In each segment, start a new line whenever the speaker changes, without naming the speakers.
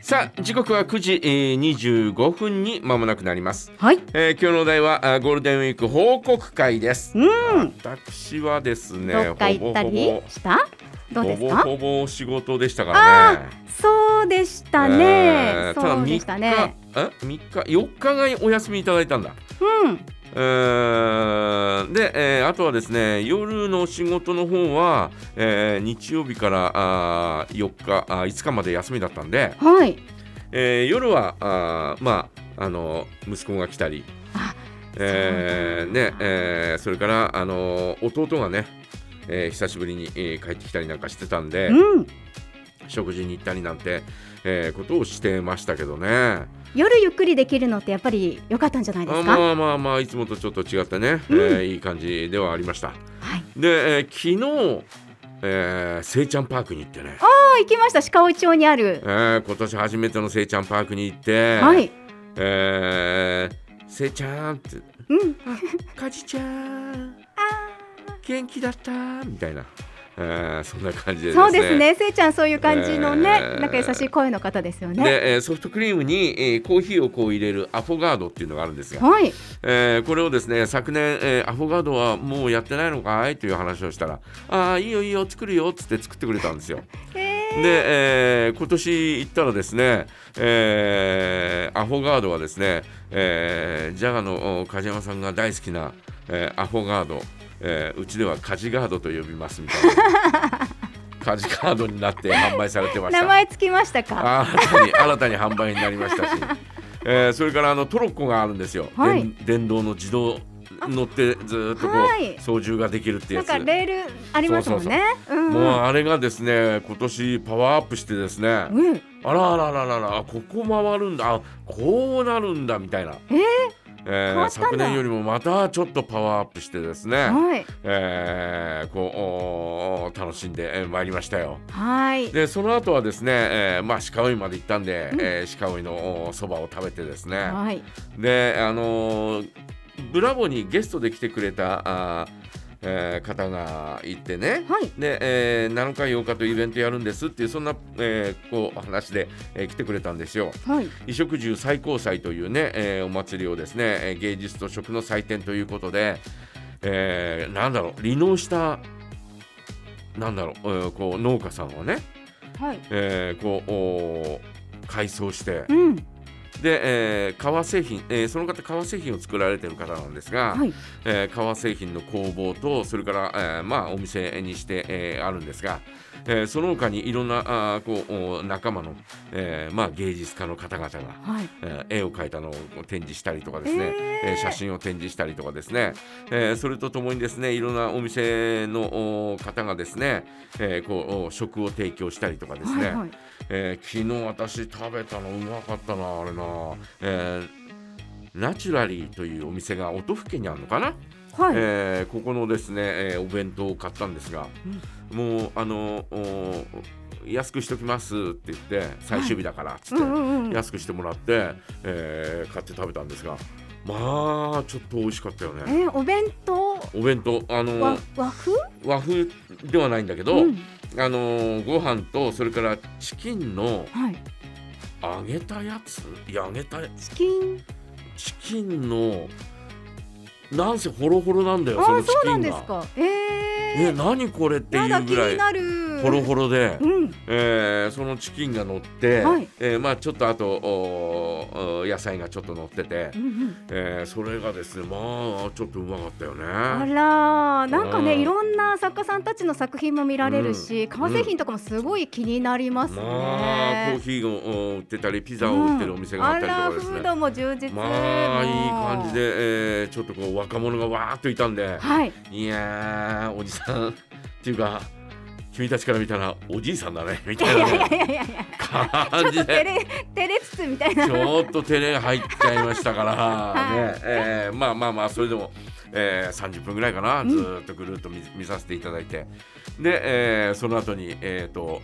さあ時刻は9時、えー、25分に間もなくなります、
はい。
えー、今日のお題はあーゴールデンウィーク報告会です
うん。
私はですね
どっか行ったりした？ど
ほぼ
う
ほぼほ
です
ぼ
か？
ほぼ仕事でしたからね
そうでした
え
ね
ー。ただ
そう
3
で
日
したね。
え3日4日がお休みいただいたんだ
うん。
うーんで、えーあとはですね夜の仕事の方は、えー日曜日からあー4日あー5日まで休みだったんで、
はい。
えー夜はあーまああの息子が来たり
あ、
えー
そう
ね
なんだ
えーそれからあの弟がね、えー久しぶりに、えー帰ってきたりなんかしてたんで、
うん。
食事に行ったりなんて、えーことをしてましたけどね。
夜ゆっくりできるのってやっぱり良かったんじゃないで
あ
すか？
まあまあまあいつもとちょっと違ってね、
うん
えーいい感じではありました
はい。
で、えー昨日えー、せいちゃんパークに行ってね、
あ行きました。鹿尾町にある
え。ー今年初めてのせいちゃんパークに行って、
はい。
えーせいちゃんって
うん。
かじちゃん元気だったみたいな、えーそんな感じでですね
そうですね。せいちゃんそういう感じのね、
えー
なんか優しい声の方ですよね。
で、えーソフトクリームに、えーコーヒーをこう入れるアフォガードっていうのがあるんですが、
はい。
えーこれをですね昨年、えーアフォガードはもうやってないのかいという話をしたら「ああいいよいいよ作るよ」っつって作ってくれたんですよ。
え
で、えー今年行ったらですね、えーアフォガードはですね、えージャガのお梶山さんが大好きな、えーアフォガード、えーうちではカジガードと呼びますみたいな カジガードになって販売されてま
ー、
した
名。前つきましたか。
あ新たに新たに販売になりましたし、えーそれからあのトロッコがあるんですよ、
はい
電電動の自動乗ってずーっとこう、
はい
操縦ができるって
な
や
ん
つ
かレールありますもんね。うん
もうあれがですね今年パワーアップしてですねあ
うん。うん。
らあらあらあらあらあここ回るんだあこうなるんだみたいな、
えー
えー
変わったんだ
昨年よりもまたちょっとパワーアップしてですね、
はい。
えーこうおー楽しんでまいりましたよ。
はい。
でその後はですね、えーまあ鹿追まで行ったんで、
うん
えー鹿追のおそばを食べてですね
はい。
であのーブラボーにゲストで来てくれたあー、えー方がいてね
はい。
で、えー7日8日とイベントやるんですっていうそんな、えーこう話で、えー来てくれたんですよ。
はい。
衣食住最高祭というね、えーお祭りをですね、えー芸術と食の祭典ということで、えーなんだろう離農したなんだろう、えーこう農家さんをね、
はい。
えーこうおー改装して
うん。
で、えー革製品、えーその方革製品を作られてる方なんですが、
はい。
えー革製品の工房とそれから、えーまあ、お店にして、えーあるんですが、えーその他にいろんなあーこうお仲間の、えーまあ、芸術家の方々が、
はい。
えー絵を描いたのを展示したりとかですね、
えー
えー写真を展示したりとかですね、えーそれとともにですねいろんなお店のお方がですね、えーこうお食を提供したりとかですね、
はい。はい。
えー昨日私食べたのうまかったなあれな、えーナチュラリーというお店が音更にあるのかな、
はい。
えーここのですね、えーお弁当を買ったんですが、もうあのお安くしときますって言って最終日だからっつって、
うんうんうん。
安くしてもらって、えー買って食べたんですがまあちょっと美味しかったよ
え
ね。
ー、お弁当
お弁当あの
和和風？
和風ではないんだけど、
うん。
あのご飯とそれからチキンの
はい。
揚げたやついや揚げたや
チキン。
チキンのなんせホロホロなんだよ
あ
その
あ、
チ
そう
キ
なん
ン
です
が。
か。え
え
ー。
何これって
や
い
だ
う
気
ぐら
に
い
なる。
ホロホロで、
うん。
えーそのチキンが乗って、
はい
えーまあ、ちょっとあとおー野菜がちょっと乗ってて
う、んうん。
えーそれがですねまあちょっとうまかったよね。
あらーなんかね
うん
いろんな作家さんたちの作品も見られるし、革製品とかもすごい気になりますね。
まあコーヒーをお売ってたりピザを売ってるお店があったりとかです
うんあらフ
ね
ー。ドも充実。
まあいい感じ
で。
で、えーちょっとこう若者がわーっといたんで、
はい。
いやーおじさんっていうか君たちから見たらおじいさんだねみ
い
た
やい
いな
やい
ね
やいやいや。ちょ
感
っ
じ
と照
で
れ照れつつみたいな。
ちょっと照れが入っちゃいましたから、
はい
ねえーまあまあまあそれでも、えー、30分ぐらいかなずーっとぐるっと見見させていただいてで、えーその後にえっ、と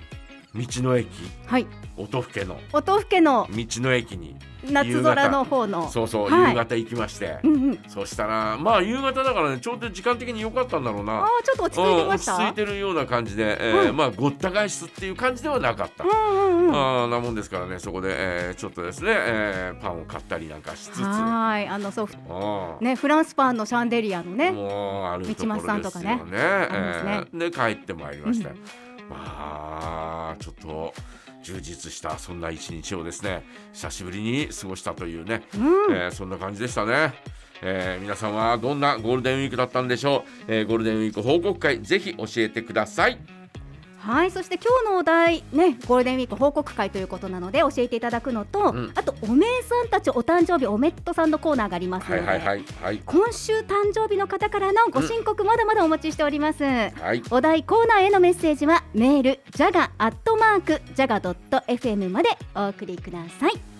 道の駅
はい
音更の
音更の
道の駅に
夏空の方の
そうそう、
はい
夕方行きまして、
うんうん
そしたらまあ夕方だからねちょうど時間的に良かったんだろう
あ
な
あちょっと落ち
う
着いて
ん
ま
落
し
ち
た
着いてるような感じで、えー
うん
まあごった返すっていう感じではなかった、
うんうんうんは
あーなもんですからねそこで、えーちょっとですね、えーパンを買ったりなんかしつつ
ーいあのそう
うん
ねフランスパンのシャンデリアのね
もうあるとこ
道
ろ
松さん
で
と
す
か
よ
ね
ね。
ありますね
えーで帰ってまいりましたよ
う。
まあちょっと充実したそんな一日をですね久しぶりに過ごしたというね、
うん
えーそんな感じでしたね。えー皆さんはどんなゴールデンウィークだったんでしょう、えーゴールデンウィーク報告会ぜひ教えてください
はいそして今日のお題ねゴールデンウィーク報告会ということなので教えていただくのと、
うん
あとおめえさんたちお誕生日おめっとさんのコーナーがありますの
は
で、
いはいはいはい
今週誕生日の方からのご申告まだまだお待ちしております、
はい
お題コーナーへのメッセージはメールジャガアットマークジャガドット FM までお送りください